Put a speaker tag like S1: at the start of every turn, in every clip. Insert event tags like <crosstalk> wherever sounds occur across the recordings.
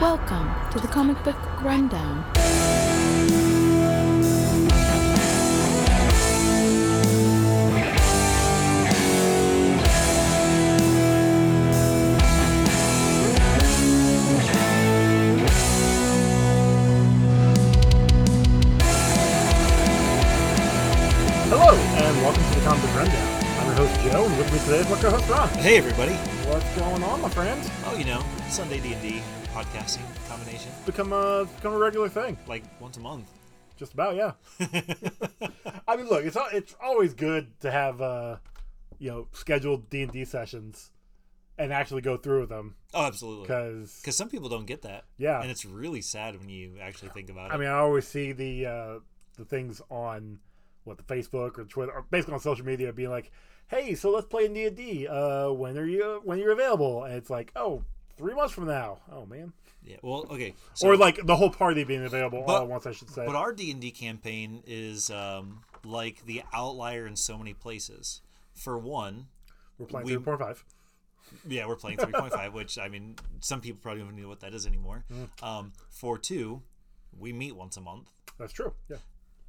S1: Welcome to the Comic Book Rundown.
S2: Hello, and welcome to the Comic Book Rundown. I'm your host, Joe, and with me today is my co-host, Ron.
S3: Hey everybody!
S2: What's going on, my friends?
S3: Oh, you know, Sunday D and D podcasting combination,
S2: Become a it's become a regular thing,
S3: like once a month. <laughs>
S2: just about, yeah. I mean, look, it's al- it's always good to have uh, you know scheduled D and D sessions and actually go through with them
S3: Oh, absolutely.
S2: because
S3: Because some people don't get that.
S2: Yeah.
S3: and it's really sad when you actually think about it.
S2: I mean, I always see the uh, the things on what the Facebook or Twitter, or basically on social media, being like, "Hey, so let's play D and D. uh, When are you when you're available?" And it's like, "Oh, three months from now." Oh man.
S3: yeah. Well, okay. So,
S2: or like the whole party being available all
S3: But-
S2: at once. I should say.
S3: but our D and D campaign is um, like the outlier in so many places. For one,
S2: We're playing
S3: we-
S2: three point five.
S3: yeah, we're
S2: <laughs>
S3: playing 3.5, which I mean, some people probably don't even know what that is anymore.
S2: Mm.
S3: Um, for two, we meet once a month,
S2: That's true. Yeah.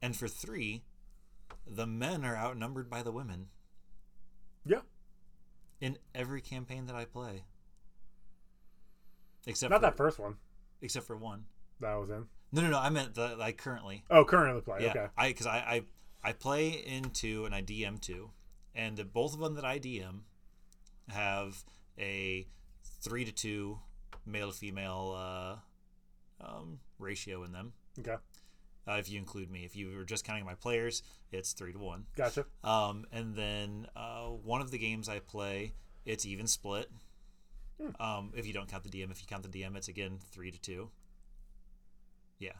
S3: and for three, the men are outnumbered by the women.
S2: Yeah.
S3: in every campaign that I play. Except
S2: Not
S3: for,
S2: that first one
S3: except for one.
S2: that I was in.
S3: No, no, no. I meant the like currently.
S2: Oh, currently play.
S3: Yeah,
S2: Okay.
S3: I because I, I I play in two and I DM two, and the, both of them that I DM have a three to two male to female uh, um, ratio in them.
S2: Okay.
S3: Uh, if you include me, if you were just counting my players, it's three to one.
S2: Gotcha.
S3: Um, and then uh, one of the games I play, it's even split.
S2: Hmm.
S3: Um, if you don't count the DM, if you count the DM, it's again three to two. Yeah,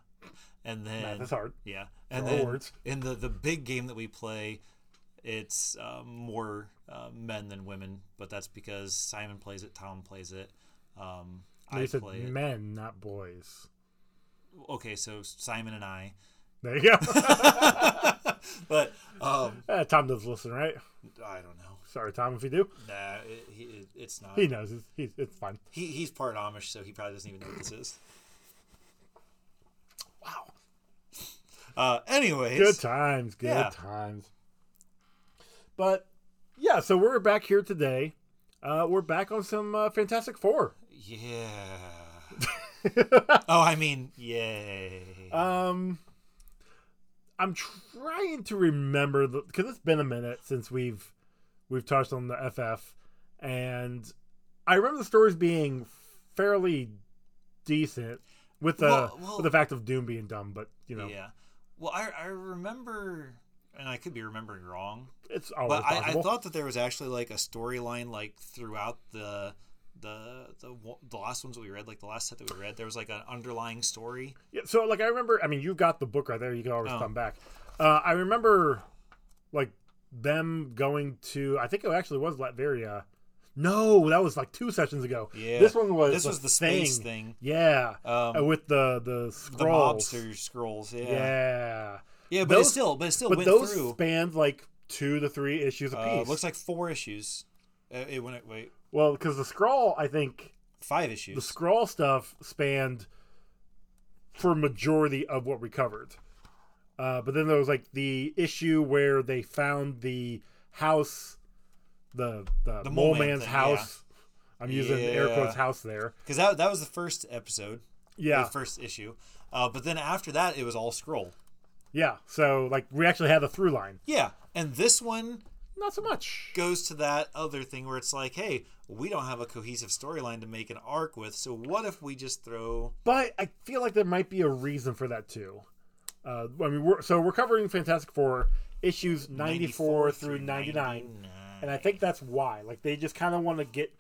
S3: and then
S2: Math is hard.
S3: yeah, and
S2: Throw
S3: then
S2: words.
S3: in the the big game that we play, it's um, more uh, men than women, but that's because Simon plays it, Tom plays it, um,
S2: You
S3: I
S2: said
S3: play it.
S2: men, not boys.
S3: Okay, so Simon
S2: <laughs>
S3: and I, <laughs>
S2: There you go.
S3: but um,
S2: Eh, Tom does listen, right?
S3: I don't know.
S2: Sorry, Tom, if you do.
S3: Nah, it, it, it's not.
S2: He knows. It's, he's, it's fine.
S3: He, he's part Amish, so he probably doesn't even know what this is.
S2: Wow.
S3: Uh, anyways,
S2: Good times. Good
S3: Yeah.
S2: times. But yeah, so we're back here today. Uh, we're back on some uh, Fantastic Four.
S3: yeah. oh, I mean, yay!
S2: Um, I'm trying to remember because it's been a minute since we've we've touched on the FF, and I remember the stories being fairly decent with the
S3: Well- well-
S2: with the fact of Doom being dumb, but you know
S3: Yeah. Well, I, I remember, and I could be remembering wrong,
S2: it's always
S3: but I, I
S2: possible.
S3: thought that there was actually like a storyline like throughout the the the wa- the last ones that we read, like the last set that we read, there was like an underlying story.
S2: Yeah, so like I remember, I mean, you've got the book right there. You can always
S3: Oh.
S2: come back. Uh, I remember, like them going to. I think it actually was Latveria. No, that was like two sessions ago.
S3: Yeah.
S2: this one was
S3: This was the space thing.
S2: Yeah,
S3: Um,
S2: uh, with the the
S3: The
S2: scrolls.
S3: mobster scrolls, yeah,
S2: yeah.
S3: Yeah, but
S2: Those-
S3: it still, but it still
S2: but
S3: went
S2: those
S3: through.
S2: spanned like two to three issues
S3: Uh,
S2: apiece.
S3: looks like four issues. Uh, it went wait
S2: well, because the scroll, I think
S3: five
S2: the
S3: issues.
S2: scroll stuff spanned for majority of what we covered uh, but then there was like the issue where they found the house the the,
S3: The
S2: mole
S3: mole man
S2: man's
S3: thing,
S2: house i'm using air
S3: Yeah.
S2: quotes house there
S3: because that, that was the first episode
S2: yeah
S3: the first issue uh, but then after that it was all scroll
S2: yeah so like we actually had a through line
S3: yeah and this one
S2: not so much
S3: goes to that other thing where it's like hey we don't have a cohesive storyline to make an arc with so what if we just throw
S2: but i feel like there might be a reason for that too uh, i mean we're so we're covering fantastic four issues 94, through 99. And I think that's why. Like they just kind of want to get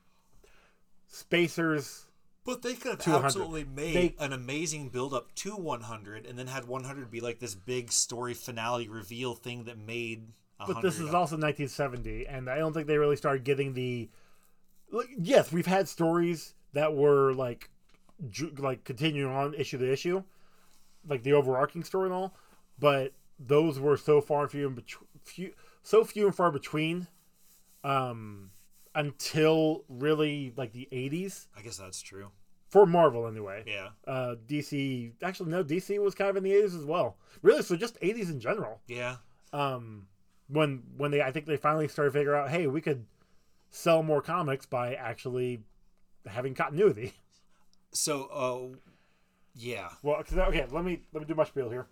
S2: spacers.
S3: but they could have
S2: 200.
S3: absolutely made
S2: They-
S3: an amazing build up to 100 and then had 100 be like this big story finale reveal thing that made 100
S2: But this is also 1970, and I don't think they really started getting the. Like, yes, we've had stories that were like, ju- like continuing on issue to issue, like the overarching story and all, but those were so far and few and between, few, so few and far between, um, until really like the 80s.
S3: i guess that's true
S2: for Marvel anyway.
S3: Yeah.
S2: Uh, DC actually no, DC was kind of in the eighties as well. Really, so just eighties in general.
S3: Yeah.
S2: Um, when when they I think they finally started to figure out, hey, we could sell more comics by actually having continuity. <laughs>
S3: So, uh, yeah.
S2: Well, 'cause- okay, let me let me do my spiel here.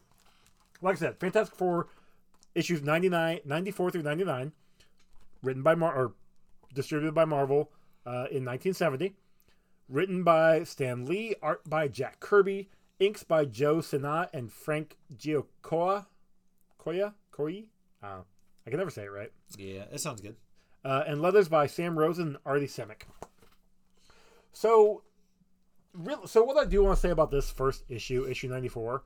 S2: Like I said, Fantastic Four issues 99, 94 through 99, written by Mar or distributed by Marvel uh, in 1970, written by Stan Lee, art by Jack Kirby, inks by Joe Sinat and Frank Giocoa. Koya? Koi? Uh, I can never say it right
S3: Yeah. It sounds good.
S2: uh, and leathers by Sam Rosen and Artie Semick. So, real, so what I do want to say about this first issue, issue ninety four,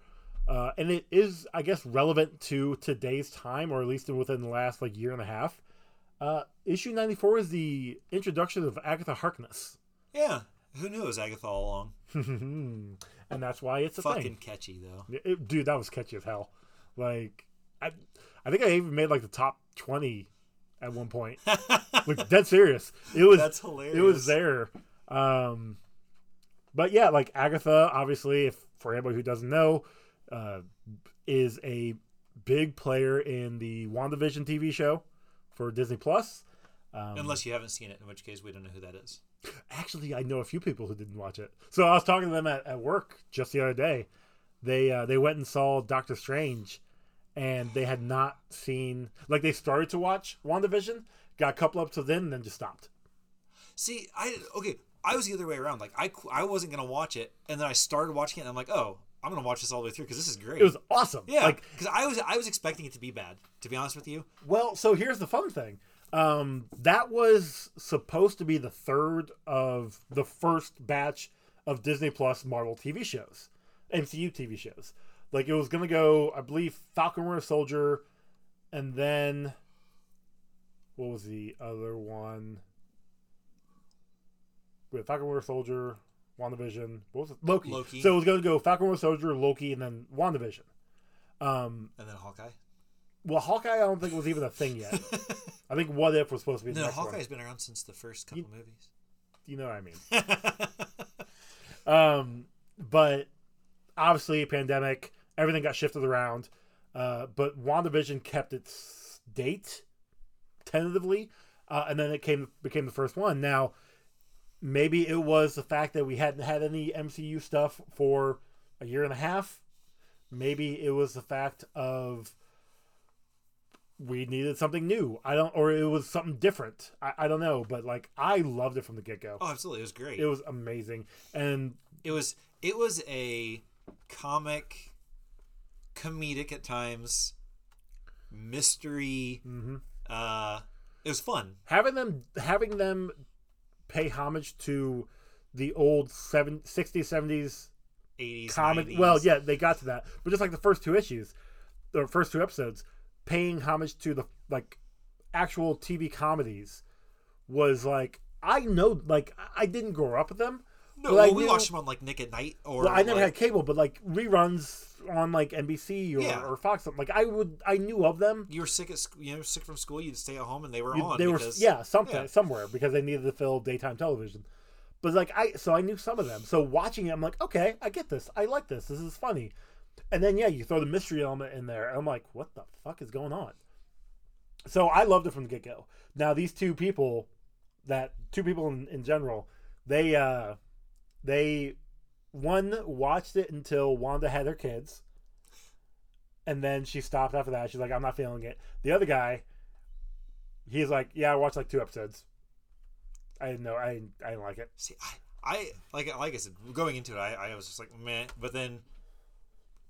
S2: uh, and it is, I guess, relevant to today's time, or at least within the last like year and a half. Uh, issue ninety four is the introduction of Agatha Harkness, <laughs>
S3: Yeah. Who knew it was Agatha all along?
S2: and that's why it's a
S3: Fucking
S2: thing.
S3: catchy
S2: <laughs>
S3: though. <laughs>
S2: It- dude, that was catchy as hell. Like, I, I think I even made like the top twenty at one
S3: <laughs>
S2: point. like, dead serious. It was
S3: That's hilarious.
S2: it was there. Um, but yeah, like Agatha, obviously, if for anybody who doesn't know, uh, is a big player in the WandaVision TV show for Disney Plus.
S3: Unless you haven't seen it, in which case we don't know who that is.
S2: Actually, I know a few people who didn't watch it. So I was talking to them at, at work just the other day. They uh, they went and saw Doctor Strange, and they had not seen like they started to watch WandaVision, got a couple up to then, and then just stopped.
S3: See, I okay. I was the other way around. Like I, qu- I wasn't gonna watch it, and then I started watching it. and I'm like, oh, I'm gonna watch this all the way through because this is great.
S2: It was awesome.
S3: yeah,
S2: like
S3: because I was I was expecting it to be bad. To be honest with you,
S2: Well, so here's the fun thing. Um, that was supposed to be the third of the first batch of Disney Plus Marvel TV shows, MCU TV shows. Like it was gonna go, I believe, Falcon Winter Soldier, and then what was the other one? Wait, Falcon Winter Soldier, WandaVision. What was it? Loki.
S3: Loki.
S2: So it was gonna go Falcon Winter Soldier, Loki, and then WandaVision. Um,
S3: and then Hawkeye.
S2: well, Hawkeye, I don't think was even a thing
S3: <laughs>
S2: yet. I think What If was supposed to be the
S3: No,
S2: next one.
S3: Hawkeye's been around since the first couple movies. <laughs>
S2: You know what I mean? Um, but obviously, pandemic, everything got shifted around. Uh, but WandaVision kept its date tentatively, uh, and then it came became the first one. Now, maybe it was the fact that we hadn't had any MCU stuff for a year and a half. Maybe it was the fact of we needed something new. I don't, or it was something different. I, I don't know, but like I loved it from the get go.
S3: Oh, absolutely, it was great.
S2: It was amazing, and
S3: it was it was a comic comedic at times mystery
S2: Mm-hmm.
S3: uh it was fun
S2: having them having them pay homage to the old 70, 60s 70s
S3: 80s
S2: comedy
S3: 90s.
S2: well yeah they got to that but just like the first two issues or first two episodes paying homage to the like actual tv comedies was like i know like I- i didn't grow up with them
S3: no,
S2: but
S3: well,
S2: I
S3: we
S2: knew-
S3: watched them on like nick at night or
S2: well, I never
S3: like,
S2: had cable, but like reruns on like NBC or,
S3: Yeah.
S2: or Fox, like I would, I knew of them,
S3: you were sick at school you know sick from school you'd stay at home and they were on
S2: they were
S3: because,
S2: yeah something
S3: yeah.
S2: somewhere because they needed to fill daytime television but like i so i knew some of them so watching it i'm like okay i get this i like this this is funny and then yeah you throw the mystery element in there and i'm like what the fuck is going on so i loved it from the get-go now these two people that two people in, in general they uh they one watched it until wanda had her kids and then she stopped after that she's like i'm not feeling it the other guy he's like, yeah, I watched like two episodes. I didn't know. I didn't, I didn't like it.
S3: see i i like like i said going into it i, I was just like man but then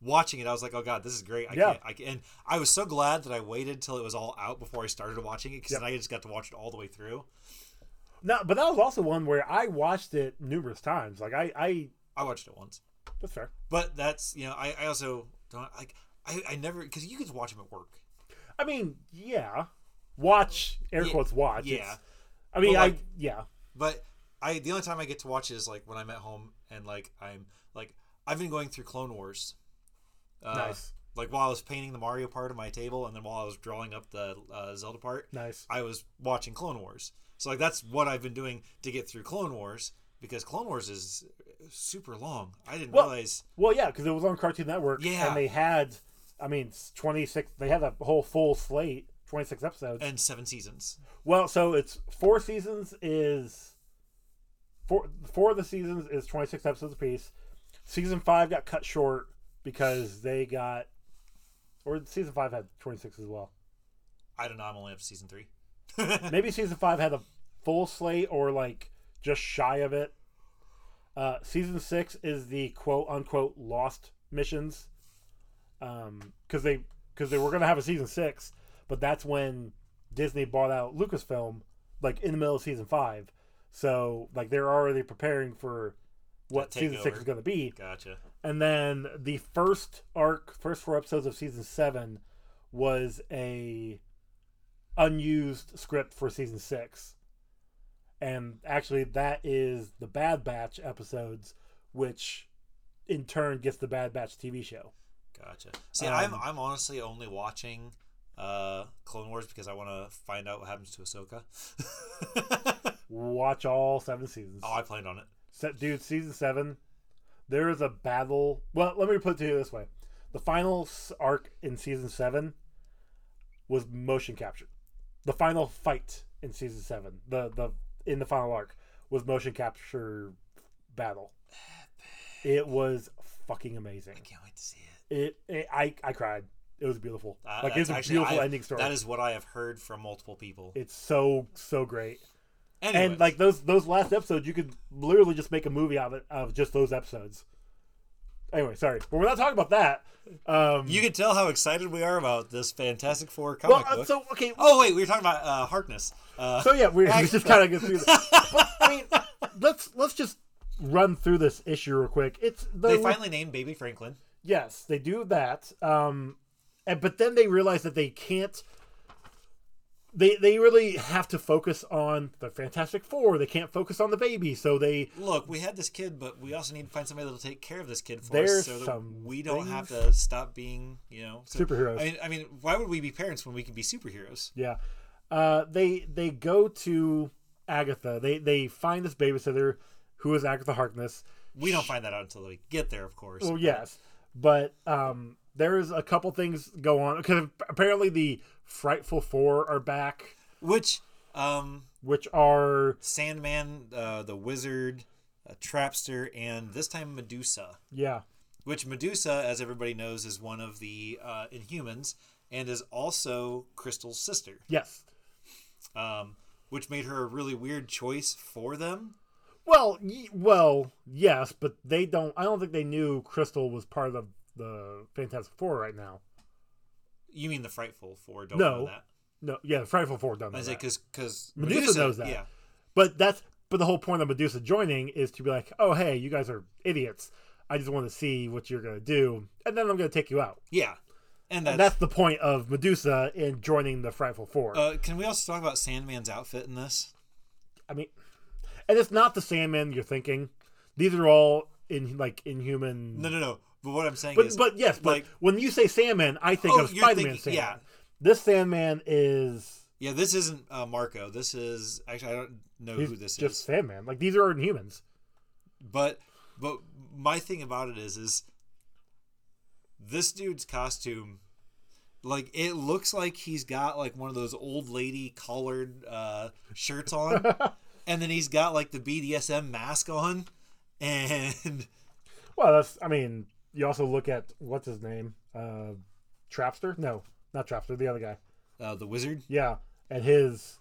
S3: watching it i was like oh god this is great i
S2: Yeah.
S3: can't i can and i was so glad that i waited till it was all out before i started watching it because
S2: Yep.
S3: i just got to watch it all the way through
S2: No, but that was also one where I watched it numerous times. Like I, I
S3: i watched it once
S2: that's fair.
S3: But that's you know, I, I also don't like I, I never because you could watch them at work.
S2: I mean, yeah, watch air
S3: Yeah,
S2: quotes watch.
S3: yeah.
S2: It's- I mean,
S3: But,
S2: I
S3: like-
S2: yeah.
S3: But I the only time I get to watch it is like when I'm at home and like I'm like I've been going through Clone Wars. Uh,
S2: Nice.
S3: Like while I was painting the Mario part of my table, and then while I was drawing up the uh, Zelda part,
S2: Nice.
S3: I was watching Clone Wars. So like that's what I've been doing to get through Clone Wars. because Clone Wars is super long. I didn't
S2: Well-
S3: realize.
S2: Well, yeah, because it was on Cartoon Network.
S3: Yeah.
S2: And they had, I mean, 26, they had a whole full slate, 26 episodes.
S3: And seven seasons.
S2: well, so it's four seasons is, four, four of the seasons is 26 episodes apiece. Season five got cut short because they got, or season five had 26 as well.
S3: I don't know. I'm only up to season three.
S2: Maybe season five had a full slate or like just shy of it. Uh, season six is the quote unquote lost missions, because they because they were gonna have a season six, but that's when Disney bought out Lucasfilm, like in the middle of season five. So like they're already preparing for what
S3: The
S2: season six
S3: takeover.
S2: is gonna be.
S3: Gotcha.
S2: And then the first arc, first four episodes of season seven, was a unused script for season six. And actually, that is the Bad Batch episodes, which in turn gets the Bad Batch TV show.
S3: Gotcha. See, I'm
S2: Um,
S3: I'm honestly only watching uh Clone Wars because I want to find out what happens to Ahsoka. <laughs>
S2: Watch all seven seasons.
S3: oh, I planned on it.
S2: Se- dude, season seven, there is a battle. Well, let me put it to you this way: the final s- arc in season seven was motion captured. The final fight in season seven, the the in the final arc, was motion capture battle. It was fucking amazing.
S3: I can't wait to see it.
S2: It, it I I cried. It was beautiful.
S3: Uh,
S2: like it's
S3: that's
S2: a
S3: actually-
S2: beautiful
S3: I've-
S2: ending story.
S3: That is what I have heard from multiple people.
S2: it's so so great.
S3: Anyways,
S2: And like those those last episodes, you could literally just make a movie out of it, out of just those episodes. Anyway, sorry, but we're not talking about that. Um,
S3: you can tell how excited we are about this Fantastic Four
S2: well,
S3: comic
S2: uh,
S3: book.
S2: so okay,
S3: oh wait, we were talking about uh, Harkness. Uh,
S2: so yeah, we <laughs> we just kind of get through. This. But, I mean, let's let's just run through this issue real quick. It's the,
S3: they finally named Baby Franklin.
S2: yes, they do that. Um, and but then they realize that they can't. They they really have to focus on the Fantastic Four. They can't focus on the baby, so they
S3: Look, we had this kid, but we also need to find somebody that'll take care of this kid for us,
S2: There's
S3: so that
S2: some
S3: we don't have
S2: things-
S3: to stop being, you know, so-
S2: Superheroes.
S3: I mean, I mean, why would we be parents when we can be superheroes?
S2: Yeah. Uh, they they go to Agatha. They they find this babysitter who is Agatha Harkness.
S3: We don't find that out until we get there, of course.
S2: Well, yes, but um, there is a couple things go on because apparently the Frightful Four are back,
S3: Which, um,
S2: which are
S3: Sandman, uh, the Wizard, uh, Trapster, and this time Medusa.
S2: yeah
S3: Which Medusa, as everybody knows, is one of the uh, Inhumans and is also Crystal's sister,
S2: yes.
S3: um, which made her a really weird choice for them.
S2: Well, y- well, yes, but they don't. I don't think they knew Crystal was part of the Fantastic Four right now.
S3: You mean the Frightful Four? Don't know
S2: No.
S3: that.
S2: No, yeah, Frightful Four don't know
S3: I say
S2: that.
S3: because because
S2: Medusa knows that.
S3: Yeah,
S2: But that's but the whole point of Medusa joining is to be like, oh hey, you guys are idiots. I just want to see what you're gonna do, and then I'm gonna take you out.
S3: yeah, and
S2: And
S3: that's.
S2: that's the point of Medusa in joining the Frightful Four.
S3: uh, can we also talk about Sandman's outfit in this?
S2: I mean, and it's not the Sandman you're thinking. These are all in like inhuman.
S3: No, no, no. But what I'm saying
S2: but
S3: is,
S2: but yes, but
S3: like-
S2: when you say Sandman, I think
S3: Oh,
S2: of
S3: you're
S2: Spider-Man
S3: thinking-
S2: Sandman.
S3: yeah.
S2: This Sandman is
S3: yeah, this isn't uh, Marco. This is actually I don't know
S2: he's
S3: who this
S2: just
S3: is.
S2: Sandman. Like these are inhumans.
S3: But but my thing about it is is this dude's costume, like it looks like he's got like one of those old lady collared uh,
S2: <laughs>
S3: shirts on, and then he's got like the BDSM mask on, and <laughs>
S2: Well, that's. I mean, you also look at what's his name, uh, Trapster. No, not Trapster. The other guy.
S3: uh, the wizard.
S2: Yeah, and his.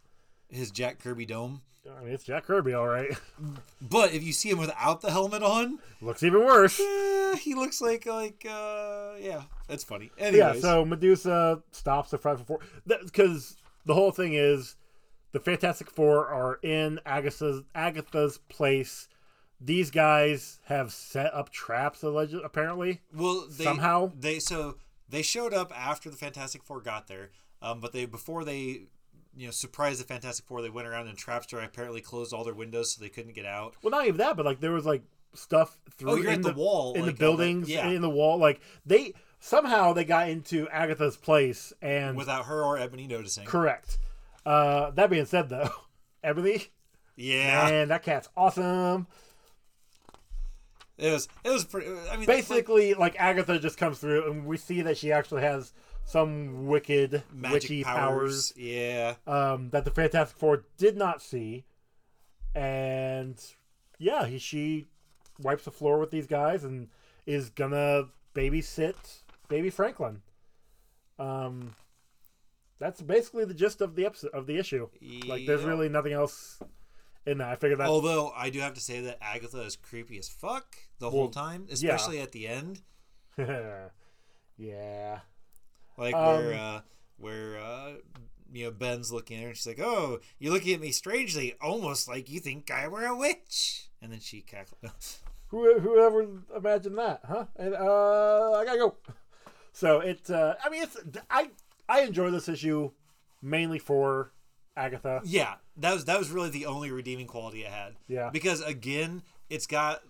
S3: his Jack Kirby dome.
S2: I mean, it's Jack Kirby, all right. <laughs>
S3: But if you see him without the helmet on,
S2: Looks even
S3: <laughs>
S2: worse.
S3: eh, he looks like like uh yeah, that's funny.
S2: Yeah.
S3: Anyways,
S2: So Medusa stops the Frightful Four because the whole thing is the Fantastic Four are in Agatha's Agatha's place. These guys have set up traps, allegedly. Apparently,
S3: well they,
S2: somehow-
S3: they so they showed up after the Fantastic Four got there, um, but they before they you know surprised the Fantastic Four, they went around and Trapster apparently closed all their windows so they couldn't get out.
S2: well, not even that, but like there was like stuff through
S3: Oh, you're
S2: in
S3: at the wall,
S2: in
S3: like,
S2: the
S3: all that-
S2: buildings,
S3: yeah.
S2: in the wall. Like they somehow they got into Agatha's place and
S3: Without her or Ebony noticing,
S2: correct. <laughs> Uh, that being said, though, Ebony.
S3: yeah,
S2: Man, that cat's awesome.
S3: It was it was pretty. I mean, like,
S2: Basically, like Agatha just comes through, and we see that she actually has some wicked, witchy powers.
S3: Yeah,
S2: um, that the Fantastic Four did not see, and yeah, he, she wipes the floor with these guys and is gonna babysit baby Franklin. Um, that's basically the gist of the episode of the issue. Like, there's
S3: Yeah.
S2: really nothing else in that. I figured that.
S3: Although I do have to say that Agatha is creepy as fuck the whole
S2: Well,
S3: time, especially at the end,
S2: <laughs> yeah.
S3: like where uh, where uh, you know Ben's looking at her and she's like, "Oh, you're looking at me strangely, almost like you think I were a witch." And then she cackles. <laughs>
S2: Who whoever imagined that, huh? And uh, I gotta go. So it, uh, I mean, it's I I enjoy this issue mainly for Agatha.
S3: yeah, that was that was really the only redeeming quality it had.
S2: Yeah.
S3: because again, it's got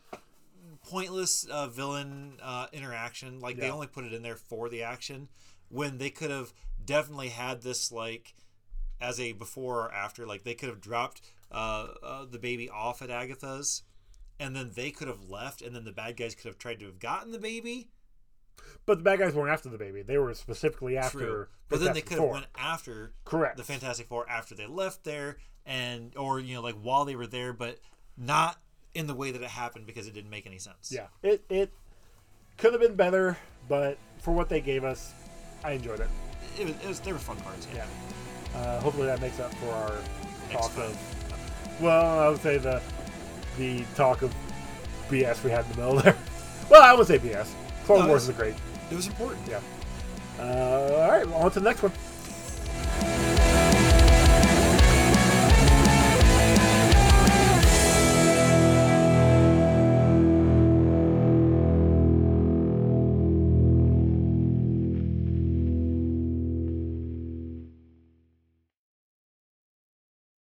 S3: pointless uh, villain uh, interaction. Like they
S2: Yeah.
S3: only put it in there for the action when they could have definitely had this like as a before or after. Like they could have dropped uh, uh, the baby off at Agatha's, and then they could have left, and then the bad guys could have tried to have gotten the baby.
S2: But the bad guys weren't after the baby; they were specifically after.
S3: True, but then they
S2: Fantastic
S3: could have
S2: Four.
S3: went after
S2: Correct.
S3: the Fantastic Four after they left there, and or you know like while they were there, but not in the way that it happened because it didn't make any sense.
S2: yeah, it it could have been better, but for what they gave us, I enjoyed it.
S3: it was, it was they were fun cards. Yeah,
S2: Yeah. Uh, hopefully that makes up for our talk
S3: X-Men.
S2: of. Well, I would say the the talk of BS we had in the middle there. <laughs> Well, I would say BS. Clone
S3: No,
S2: Wars is
S3: it's-
S2: a great.
S3: it was important.
S2: Yeah. Uh, all right, well, on to the next one.